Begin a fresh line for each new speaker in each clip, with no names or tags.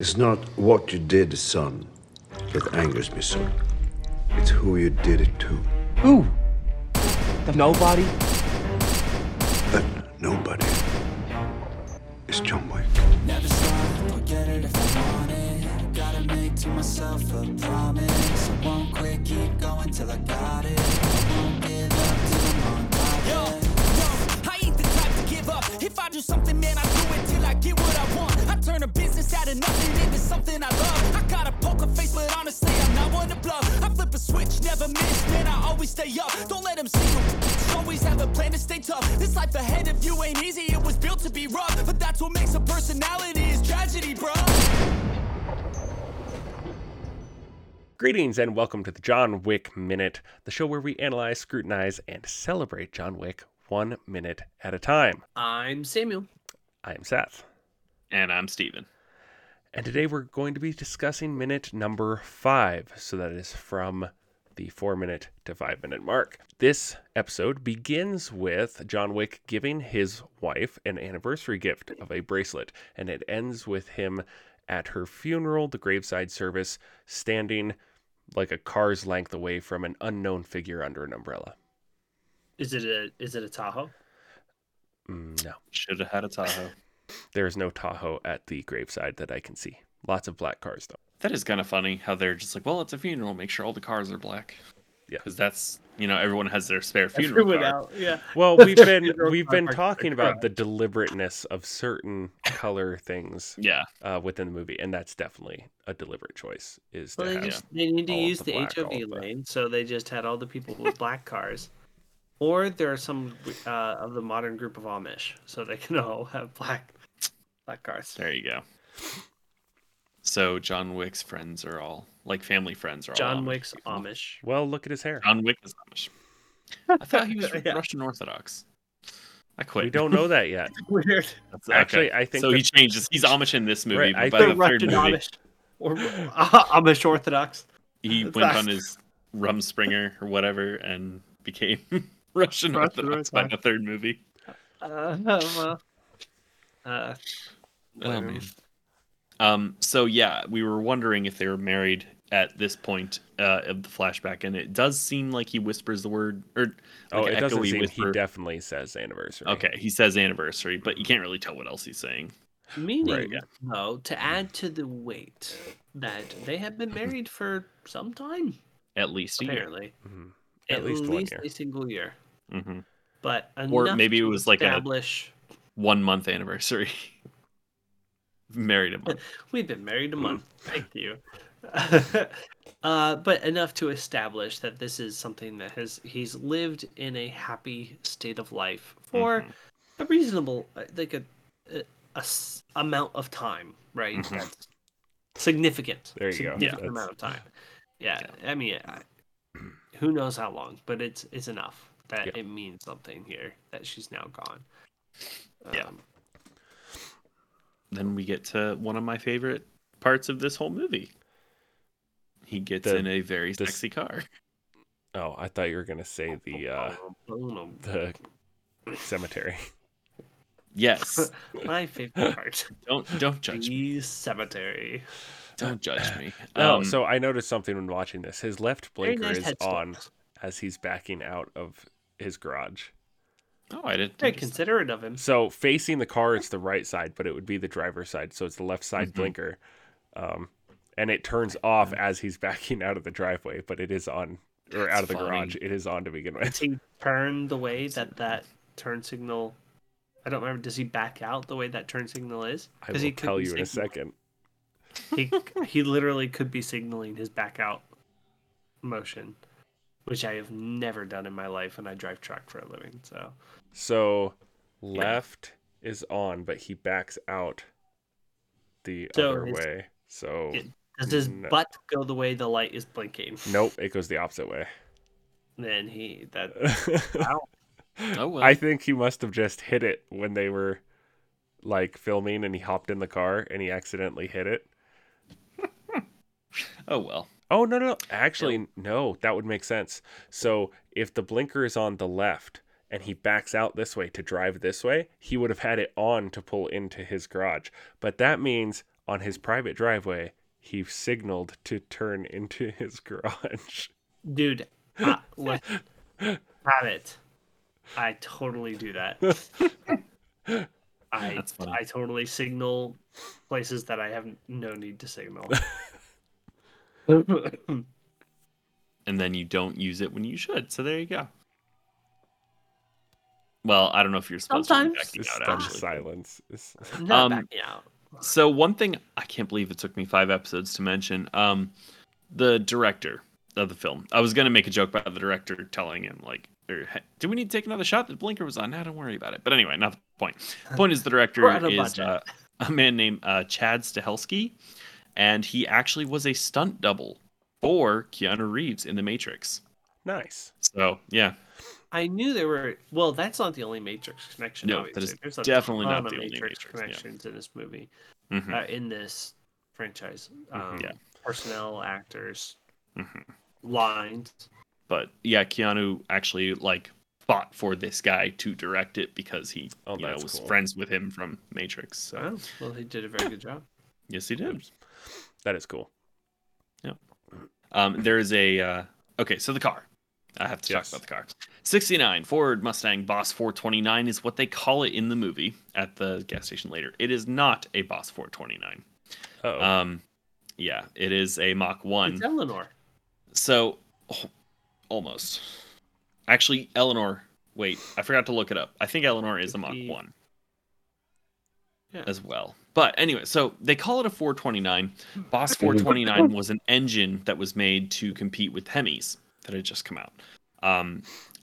It's not what you did, son, that angers me, son. It's who you did it to.
Who? The nobody?
That nobody is John Wick.
Never stop, I'll get it if I want it. Gotta make to myself a promise. I won't quit, keep going till I got it. I won't give up till I'm on top.
Yo, yo, I ain't the type to give up. If I do something, man, I do it till I get what I want. I turn a business out of nothing into something I love. I got a poker face, but honestly, I'm not one to bluff. I flip a switch, never miss, man, I always stay up. Don't let them see you. Always have a plan to stay tough. This life ahead of you ain't easy, it was built to be rough. But that's what makes a personality is tragedy, bruh.
Greetings and welcome to the John Wick Minute, the show where we analyze, scrutinize, and celebrate John Wick one minute at a time.
I'm Samuel.
I am Seth,
And I'm Steven.
and today we're going to be discussing minute number five. So that is from the four minute to five minute mark. This episode begins with John Wick giving his wife an anniversary gift of a bracelet, and it ends with him at her funeral, the graveside service, standing like a car's length away from an unknown figure under an umbrella.
Is it a is it a Tahoe?
Mm, No,
Should have had a Tahoe.
there is no Tahoe at the graveside that I can see. Lots of black cars, though.
that is kind of funny how they're just like, well, it's a funeral. Make sure all the cars are black.
Yeah.
because that's you know everyone has their spare funeral
Everyone
car.
out, Yeah.
Well, we've been
Funeral
we've been
car.
talking about the deliberateness of certain color things
Yeah,
uh, within the movie, and that's definitely a deliberate choice. Is to
Well, they,
have-
just, they need to
all of
use
the
the,
black, all
HOV
of the-
lane, so they just had all the people with black cars. Or there are some uh, of the modern group of Amish, so they can all have black black cars.
there you go. So John Wick's friends are all like family friends are all
John
Amish
Wick's
people.
Amish.
well, look at his hair.
John Wick is Amish. I thought he was
Yeah.
Russian Orthodox. I quit.
We don't know that yet.
Weird.
That's-
Actually, I think
so. He
that-
changes. He's Amish in this movie,
Right, I
but by
They're
the third
Russian
movie,
Amish. Or uh, Amish Orthodox.
he
That's
went
not-
on his Rumspringer or whatever and became Russian,
Russian
Orthodox by the
Orthodox.
third movie.
Uh, well, uh,
Oh,
whatever.
man. Um, so yeah, we were wondering if they were married at this point uh, of the flashback, and it does seem like he whispers the word or
Oh,
like
it
an
doesn't
echoey
seem
whisper.
he definitely says anniversary.
okay, he says anniversary, but you can't really tell what else he's saying.
Meaning,
Right, yeah.
though, to add to the weight that they have been married for some time,
At least a year.
apparently.
Mhm. At least one year.
a single year.
hmm
But
Or
enough
maybe it
to
was like a-
establish
One month anniversary. married a month.
we've been married a month.
Mm.
Thank you. uh, but enough to establish that this is something that has he's lived in a happy state of life for
Mm-hmm.
a reasonable uh, like a, a- a s- amount of time, right?
Mhm.
That's significant.
Mm-hmm. There you go.
significant
Yeah.
amount of time. Yeah, I mean, I, who knows how long, but it's it's enough that
Yeah.
it means something here that she's now gone.
Yeah.
Um,
Then we get to one of my favorite parts of this whole movie. He gets
The-
in a very
the s-
sexy car.
Oh, I thought you were gonna say the uh,
oh, boom, boom.
the cemetery.
Yes.
My favorite part.
don't don't judge me.
the cemetery.
Don't judge me.
Oh,
Um,
so I noticed something when watching this. His left
Very
blinker
nice
is
headstones.
on as he's backing out of his garage.
oh, I didn't.
Very
notice that.
considerate of him.
So facing the car, it's the right side, but it would be the driver's side. So it's the left side
Mm-hmm.
Mhm.
blinker, um, and it turns off as he's backing out of the driveway. But it is on or out
That's
of the garage.
funny.
It is on to begin with.
Does he turn the way that that turn signal? I don't remember. Does he back out the way that turn signal is?
I will
'Cause he could
tell
be
you in a
signaling-
second.
He he literally could be signaling his back out motion, which I have never done in my life, and I drive truck for a living. So
So left is on, but he backs out the
So
other
it's-
way. So
it- does his
Oh, No.
butt go the way the light is blinking?
nope, it goes the opposite way.
Then he that
Oh well.
I think he must have just hit it when they were like filming, and he hopped in the car and he accidentally hit it.
oh well.
Oh no no no. actually no that would make sense. So if the blinker is on the left and he backs out this way to drive this way, he would have had it on to pull into his garage. But that means on his private driveway, he signaled to turn into his garage.
dude. I, look, have it. I totally do that. I
That's funny.
I totally signal places that I have no need to signal.
and then you don't use it when you should. So there you go. Well, I don't know if you're supposed
Sometimes.
to be
This
backing
stunned
out actually.
silence. is-
I'm not
Um,
backing out.
So one thing I can't believe it took me five episodes to mention. Um, the director of the film. I was gonna make a joke about the director telling him like, or, "Hey, "Do we need to take another shot?" The blinker was on. Now don't worry about it. But anyway, not the point. The point is the director
We're out of
is
budget.
uh, a man named uh, Chad Stahelski, and he actually was a stunt double for Keanu Reeves in The Matrix.
nice.
So yeah,
I knew there were. Well, that's not the only Matrix connection.
No, that
obviously.
is
There's a
definitely
ton
not
of
the only
Matrix
Matrix, yeah.
connections in this movie,
Mhm.
uh, in this franchise. Um,
Mm-hmm, Yeah. Mm-hmm.
Personnel, actors, lines.
but yeah, Keanu actually like fought for this guy to direct it because he
Oh,
you know,
that's
was
cool.
friends with him from Matrix. So
Oh, well, they did a very good job.
yes, he did.
That is cool.
Um, there is a uh, okay. So the car, I have to
Yes.
talk about the car. Sixty-nine Ford Mustang Boss four twenty-nine is what they call it in the movie at the gas station later. It is not a Boss four twenty-nine.
Oh,
Um, yeah, it is a Mach one.
It's Eleanor.
So, oh, almost. Actually, Eleanor. Wait, I forgot to look it up. I think Eleanor is a Mach
Fifty-
One.
Yeah.
As well. But anyway, so they call it a 429. Boss 429 was an engine that was made to compete with Hemis that had just come out. Um,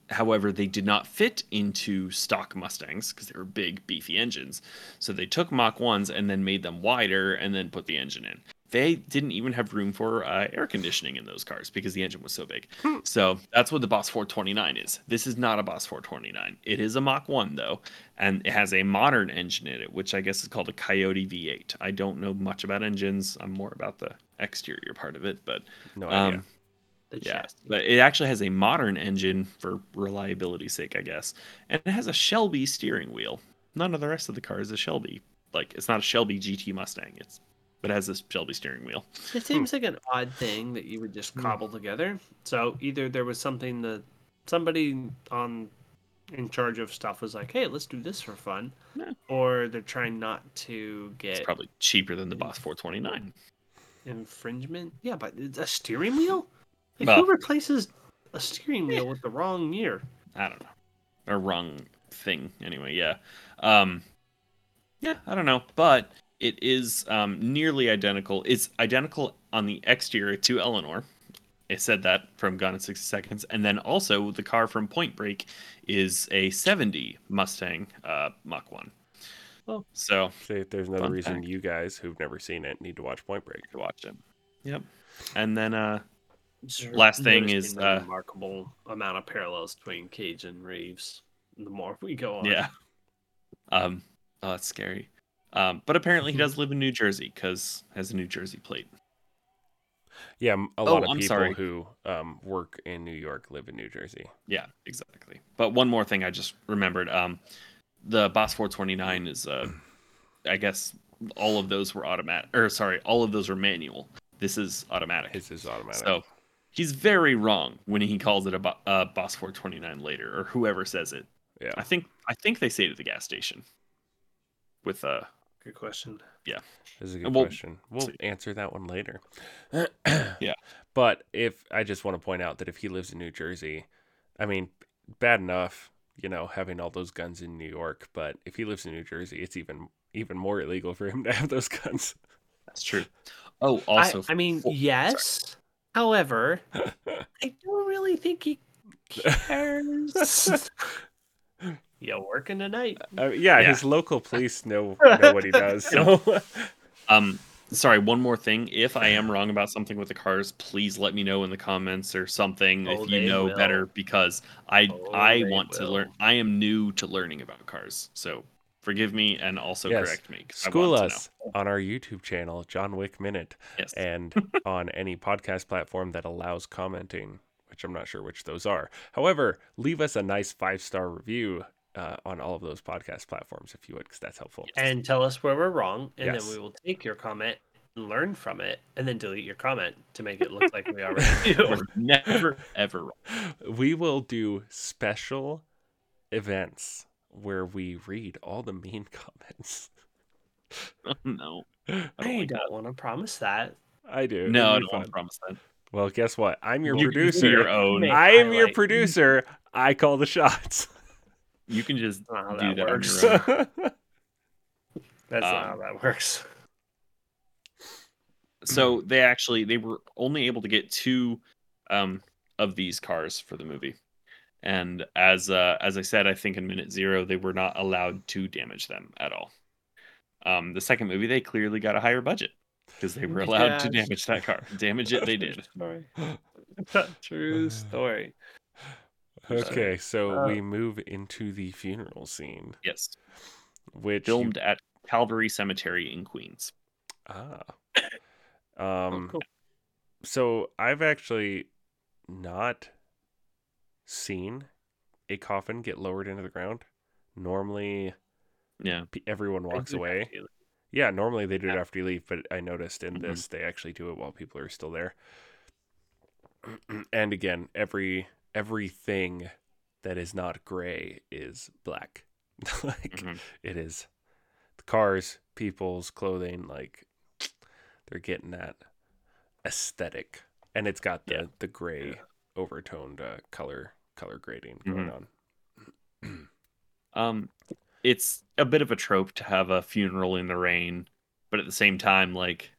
however, they did not fit into stock Mustangs because they were big, beefy engines. So they took Mach 1s and then made them wider and then put the engine in. They didn't even have room for uh, air conditioning in those cars because the engine was so big. So that's what the Boss 429 is. This is not a Boss 429. It is a Mach 1, though, and it has a modern engine in it, which I guess is called a Coyote V8. I don't know much about engines. I'm more about the exterior part of it, but
no idea.
um,
The
yeah,
chassis.
but it actually has a modern engine for reliability's sake, I guess, and it has a Shelby steering wheel. None of the rest of the car is a Shelby. Like it's not a Shelby GT Mustang. It's but it has this Shelby steering wheel.
It seems like an odd thing that you would just cobble together. So either there was something that somebody on in charge of stuff was like, "Hey, let's do this for fun,"
Yeah.
or they're trying not to
It's
get
probably cheaper than the Boss 429.
infringement. Yeah, but it's a steering wheel. Like,
Well-
who replaces a steering wheel with the wrong year?
I don't know. Or wrong thing. Anyway, yeah. Um Yeah, I don't know. But it is um nearly identical. It's identical on the exterior to Eleanor. It said that from Gone in 60 Seconds. And then also the car from Point Break is a 70 Mustang uh Mach 1.
Oh.
So
See, there's another
fun
reason
fact.
you guys who've never seen it need to watch Point Break.
you watch it. Yep. And then uh Last thing
Noticing
is,
the
uh,
remarkable amount of parallels between Cage and Reeves. The more we go on,
Yeah. Um, oh, that's scary. Um, but apparently he does live in New Jersey because has a New Jersey plate.
Yeah, m- a
Oh,
lot of
I'm
people
sorry.
who um, work in New York live in New Jersey.
Yeah, exactly. But one more thing I just remembered. Um, the Boss 429 is, uh, I guess, all of those were automatic. Or sorry, all of those were manual. This is automatic.
His is automatic.
So he's very wrong when he calls it a bo- uh, Boss 429 later, or whoever says it.
yeah.
I think I think they say it at the gas station. With uh,
Good question.
This is a good
And we'll-
question. We'll
see.
answer that one later.
Yeah.
But if I just want to point out that if he lives in New Jersey, I mean, bad enough, you know, having all those guns in New York, but if he lives in New Jersey, it's even even more illegal for him to have those guns.
that's true. Oh, also,
I, I mean,
oh,
yes. However, I don't really think he cares. You're working tonight.
Uh, yeah,
Yeah.
his local police know know what he does. So
Um, sorry, one more thing. If I am wrong about something with the cars, please let me know in the comments or something
Oh,
if you
they
know
will.
better because I
Oh,
I
they
want to
will.
learn. I am new to learning about cars, so forgive me and also
Yes.
correct me. 'cause I
school
want to
us on our YouTube channel, John Wick Minute,
know. Yes.
and on any podcast platform that allows commenting, which I'm not sure which those are. However, leave us a nice five star review uh, on all of those podcast platforms if you would, because that's helpful.
and tell us where we're wrong, and
Yes.
then we will take your comment, and learn from it, and then delete your comment to make it look like we already do.
We're never ever wrong.
we will do special events where we read all the mean comments.
Oh, no.
I don't want to promise that.
I do. It'll
No, I
be
don't want
fun.
to promise that.
Well, guess what? I'm your
You can do your
producer.
own.
Make
I am your
highlight.
producer. I call the shots.
You can just
That's not how
do
that
that on
works.
your own.
That's not how
Um,
that works.
so they actually they were only able to get two um, of these cars for the movie and as uh, as i said i think in minute zero they were not allowed to damage them at all um, the second movie they clearly got a higher budget because they were allowed to
Yes.
damage that car damage it they did
Sorry.
Uh,
True story.
Okay, so
Uh,
we move into the funeral scene,
yes
which you-
filmed at calvary cemetery in queens
ah, um, so I've actually not seen a coffin get lowered into the ground. Normally,
yeah
pe- everyone walks
Exactly.
away. Yeah, normally they do it
Yeah.
after you leave, but I noticed in
Mhm.
this they actually do it while people are still there. and again, every everything that is not gray is black. like
Mhm.
it is the cars, people's clothing, like they're getting that aesthetic. And it's got the,
Yeah.
the gray overtoned uh, color color grading
Mm-hmm.
going
Mhm.
on.
Um, it's a bit of a trope to have a funeral in the rain, but at the same time, like,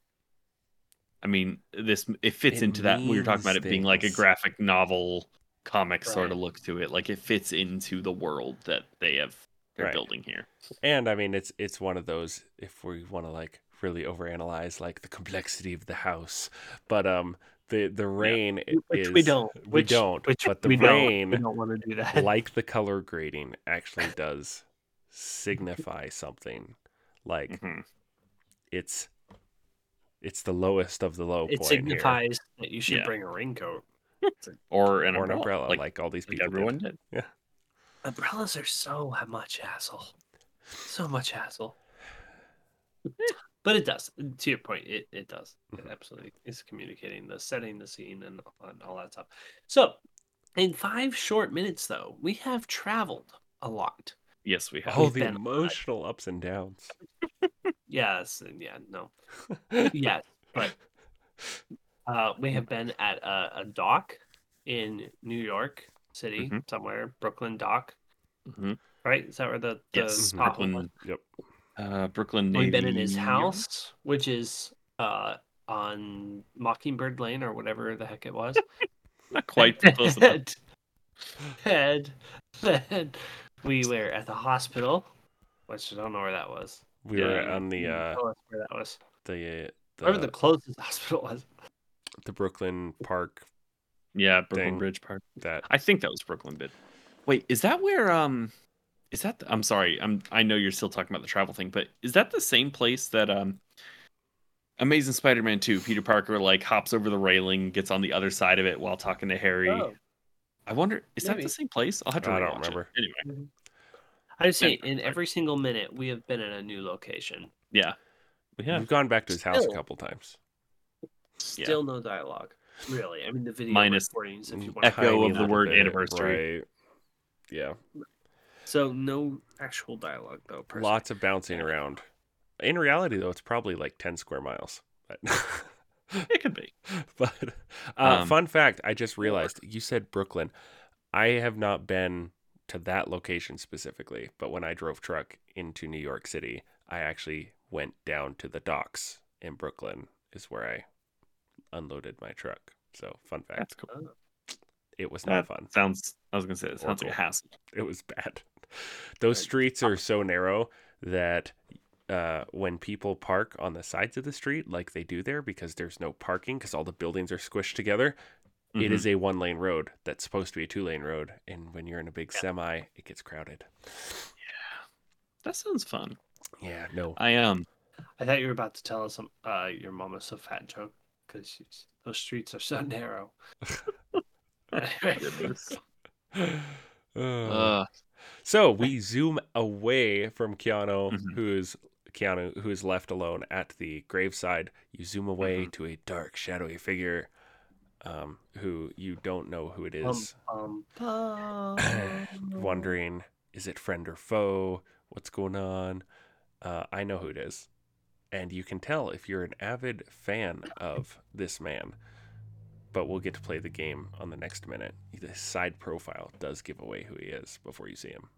I mean, this it fits
It
into that. We were talking about it
means
being like a
things.
graphic novel, comic sort of
Right.
look to it. Like, it fits into the world that they have they're
Right.
building here.
And I mean, it's it's one of those if we want to like really overanalyze like the complexity of the house, but um the the rain i-
Which
is
we don't.
we
Which,
don't,
Which
but the
we
rain-
Don't, we don't want to do that.
like the color grading actually does signify something
Mm-hmm.
like
Mhm.
it's it's the lowest of the low
it
point
signifies that you should
Yeah.
bring a raincoat.
Or an
here, or an
umbrella,
umbrella like,
like,
all these
like
people did.
everyone did.
Umbrellas are so much hassle. So much hassle. but it does. To your point, it, it does. It
Mm-hmm.
Mhm.
absolutely is communicating the setting, the scene, and, and all that stuff. So, in five short minutes, though, we have traveled a lot.
Yes, we have.
Oh,
We've
the
been-
emotional ups and downs.
Yes, and yeah, no. yes, but uh, we have been at a, a dock in New York City,
Mhm.
somewhere, Brooklyn Dock,
Mhm.
right? Is that where the, the
Yes,
Tahoe was?
Brooklyn.
Yep.
Uh, Brooklyn.
We've been in his
Navy-
house, which is uh, on Mockingbird Lane or whatever the heck it was.
Not quite but close enough.
And- and then we were at the hospital, which I don't know where that was.
We were
Yeah, Oh.
on the
You
uh
tell us where that was.
the uh,
Wherever
the,
the closest hospital was.
the Brooklyn Park
Yeah, Brooklyn
Thing.
Bridge Park.
that
I think that was Brooklyn Bid. Wait, is that where um is that the, I'm sorry, I'm I know you're still talking about the travel thing, but is that the same place that um Amazing Spider-Man 2 Peter Parker like hops over the railing, gets on the other side of it while talking to Harry?
Oh.
I wonder is that
maybe.
the same place? I'll have to
I don't
rewatch it.
remember.
Anyway,
I've seen
Yeah.
in every single minute we have been in a new location.
yeah. But yeah.
we've gone back to his house a
Still.
couple times.
Still no dialogue. Really. I mean the video
Minus
recordings
Mm,
if you want
echo
Tiny
of the
little
word
bit,
anniversary.
right. Yeah.
So no actual dialogue though, per se.
Lots of bouncing around. In reality, though, it's probably like 10 square miles. But,
It could be.
but uh,
Um,
fun fact I just realized you said Brooklyn. I have not been to that location specifically, but when I drove truck into New York City, I actually went down to the docks in Brooklyn, is where I unloaded my truck. So, fun fact
That's cool.
Oh.
it was
That
not fun.
sounds I was gonna say that
Or
sounds like a
cool.
hassle.
it was bad. Those
Ah.
streets are so narrow that uh, when people park on the sides of the street, like they do there, because there's no parking, because all the buildings are squished together, it
Mhm.
is a one lane road that's supposed to be a two lane road. And when you're in a big semi, it gets crowded.
that sounds fun.
Yeah, no.
I um
I thought you were about to tell us um, uh, your mom is so fat joke because those streets are so narrow. Anyway,
Uh,
So we zoom away from Keanu,
Mm-hmm.
who is Keanu, who is left alone at the graveside. You zoom away
Mm-hmm.
to a dark, shadowy figure, um, who you don't know who it is.
Um, bum.
wondering, is it friend or foe? What's going on? Uh, I know who it is, and you can tell if you're an avid fan of this man. But we'll get to play the game on the next minute. The side profile does give away who he is before you see him.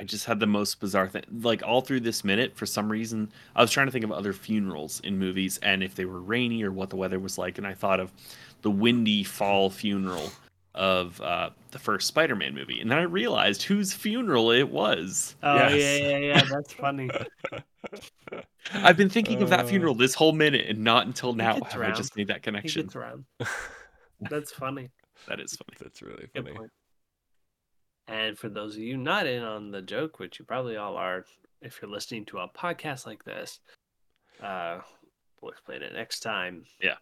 I just had the most bizarre thing. Like all through this minute, for some reason, I was trying to think of other funerals in movies and if they were rainy or what the weather was like. And I thought of the windy fall funeral of uh, the first Spider-Man movie, and then I realized whose funeral it was.
Oh
Yes.
yeah, yeah, yeah. That's funny.
I've been thinking of
Oh,
that funeral this whole minute, and not until now
Oh. gets
have I just
around.
made that
He
connection.
gets around. That's funny.
That is funny.
That's really
Good
funny.
point. And for those of you not in on the joke, which you probably all are, if you're listening to a podcast like this, uh, we'll explain it next time.
Yeah.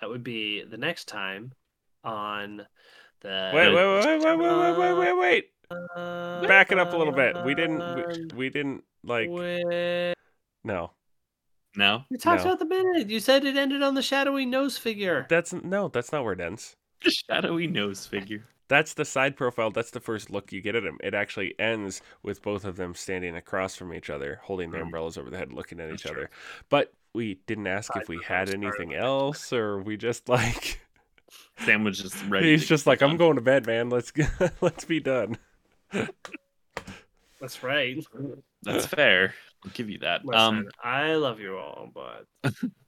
that would be the next time on the.
Wait, wait, wait, wait, wait, wait, wait, wait, wait.
wait.
Back it up a little bit. We didn't, we, we didn't like.
Wait.
No,
No,
You talked
No.
about the minute. You said it ended on the shadowy nose figure.
that's no, that's not where it ends.
the shadowy nose figure.
That's the side profile. That's the first look you get at him. It actually ends with both of them standing across from each other, holding their
Mhm.
umbrellas over their head, looking at
That's
each
true.
other. But we didn't ask if
Side
we
profile
had
started
anything
with
else, or we just like
Sam was just ready.
he's
to
just
get
like, I'm
done.
going to bed, man. Let's g- let's be done.
That's right.
Um, That's fair. I'll give you that.
Listen,
Um,
I love you all, but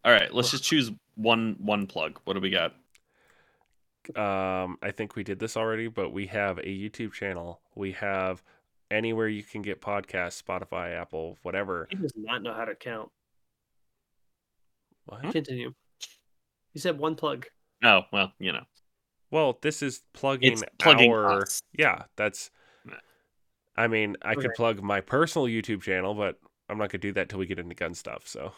all right, let's just choose one one plug. What do we got?
um, I think we did this already, but we have a YouTube channel. We have anywhere you can get podcasts, Spotify, Apple, whatever.
he does not know how to count.
What?
Continue. You said one plug.
Oh well, you know.
Well, this is plugging,
It's plugging
our.
us.
Yeah, that's. I mean, I could
Okay.
plug my personal YouTube channel, but I'm not gonna do that till we get into gun stuff. So,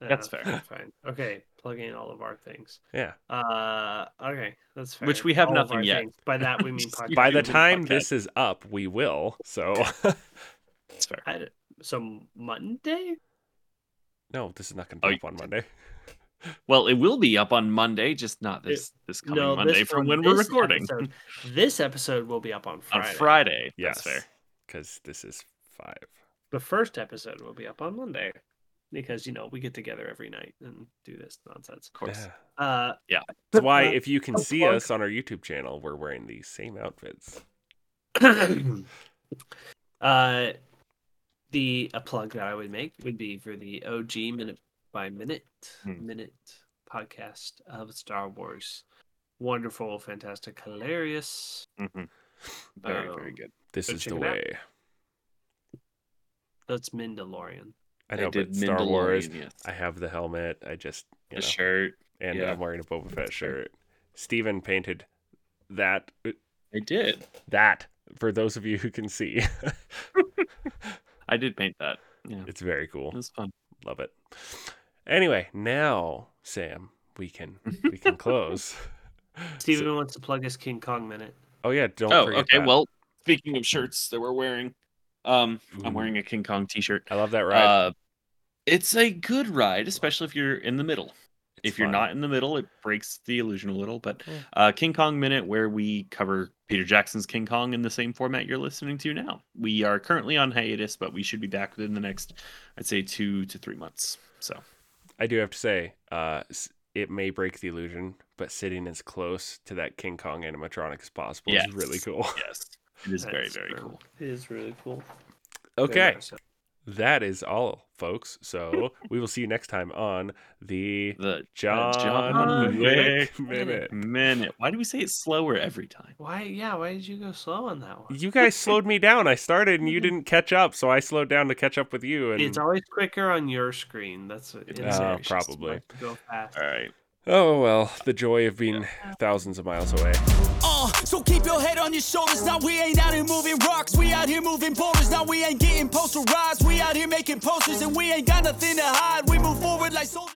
That's
Uh,
fair.
Fine. Okay, plug in all of our things.
yeah.
Uh, okay, that's fair.
Which we have
All of
nothing
our
yet.
things. By that we mean podcast.
By
YouTube
the
and
time
podcast.
this is up, we will. So,
That's fair.
I d- so Monday.
no, this is not gonna
Oh,
drop
you-
on Monday.
Well, it will be up on Monday, just not
It-
this this coming
no,
Monday
this
from
one-
when we're
this
recording
episode- this episode will be up on
on
Friday.
Friday.
Yes,
That's fair.
Because this is five.
The first episode will be up on Monday because you know we get together every night and do this nonsense.
Of course.
Yeah.
Uh,
That's why if you can
a
see
plug.
us on our YouTube channel, we're wearing the same outfits.
uh, the a plug that I would make would be for the OG minute by minute
Hmm.
minute podcast of Star Wars. Wonderful, fantastic, hilarious.
Mhm. Very very
Um,
good.
This
Go
is
check
the
it out.
way.
That's Mandalorian.
I know,
did
but Star Wars.
Mandalorian, yes.
I have the helmet. I just you
the
know.
shirt.
and
Yeah.
I'm wearing a Boba Fett shirt. Steven painted that
I did.
that for those of you who can see.
I did paint that. Yeah,
it's very
it
cool.
was fun.
Love it. Anyway, now Sam, we can we can close.
Steven wants to plug his King Kong minute.
Oh yeah, don't
oh,
forget.
okay.
that.
Well, speaking of shirts that we're wearing, um,
Ooh.
I'm wearing a King Kong T-shirt.
I love that ride.
Uh, it's a good ride, especially if you're in the middle.
It's
if you're
fun.
not in the middle, it breaks the illusion a little. But
Yeah.
uh, King Kong Minute, where we cover Peter Jackson's King Kong in the same format you're listening to now. We are currently on hiatus, but we should be back within the next, I'd say, two to three months. So
I do have to say, uh, s- it may break the illusion, but sitting as close to that King Kong animatronic as possible
Yes.
is really cool.
yes, it is very
That's
very
true.
cool.
It is really cool.
Okay. That is all, folks. So we will see you next time on the
The
John,
John
Wick
Wick
Minute.
Minute. Why do we say it slower every time?
Why? Yeah. Why did you go slow on that one?
You guys slowed me down. I started and you didn't catch up, so I slowed down to catch up with you. And
It's always quicker on your screen. That's what.
It
in
is.
there,
Uh,
it's just
probably.
much to Go fast.
All right.
oh well, the joy of being thousands of miles away.
Uh, so keep your head on your shoulders. Now we ain't out here moving rocks. We out here moving boulders. Now we ain't getting posterized. We out here making posters and we ain't got nothing to hide. We move forward like soldiers.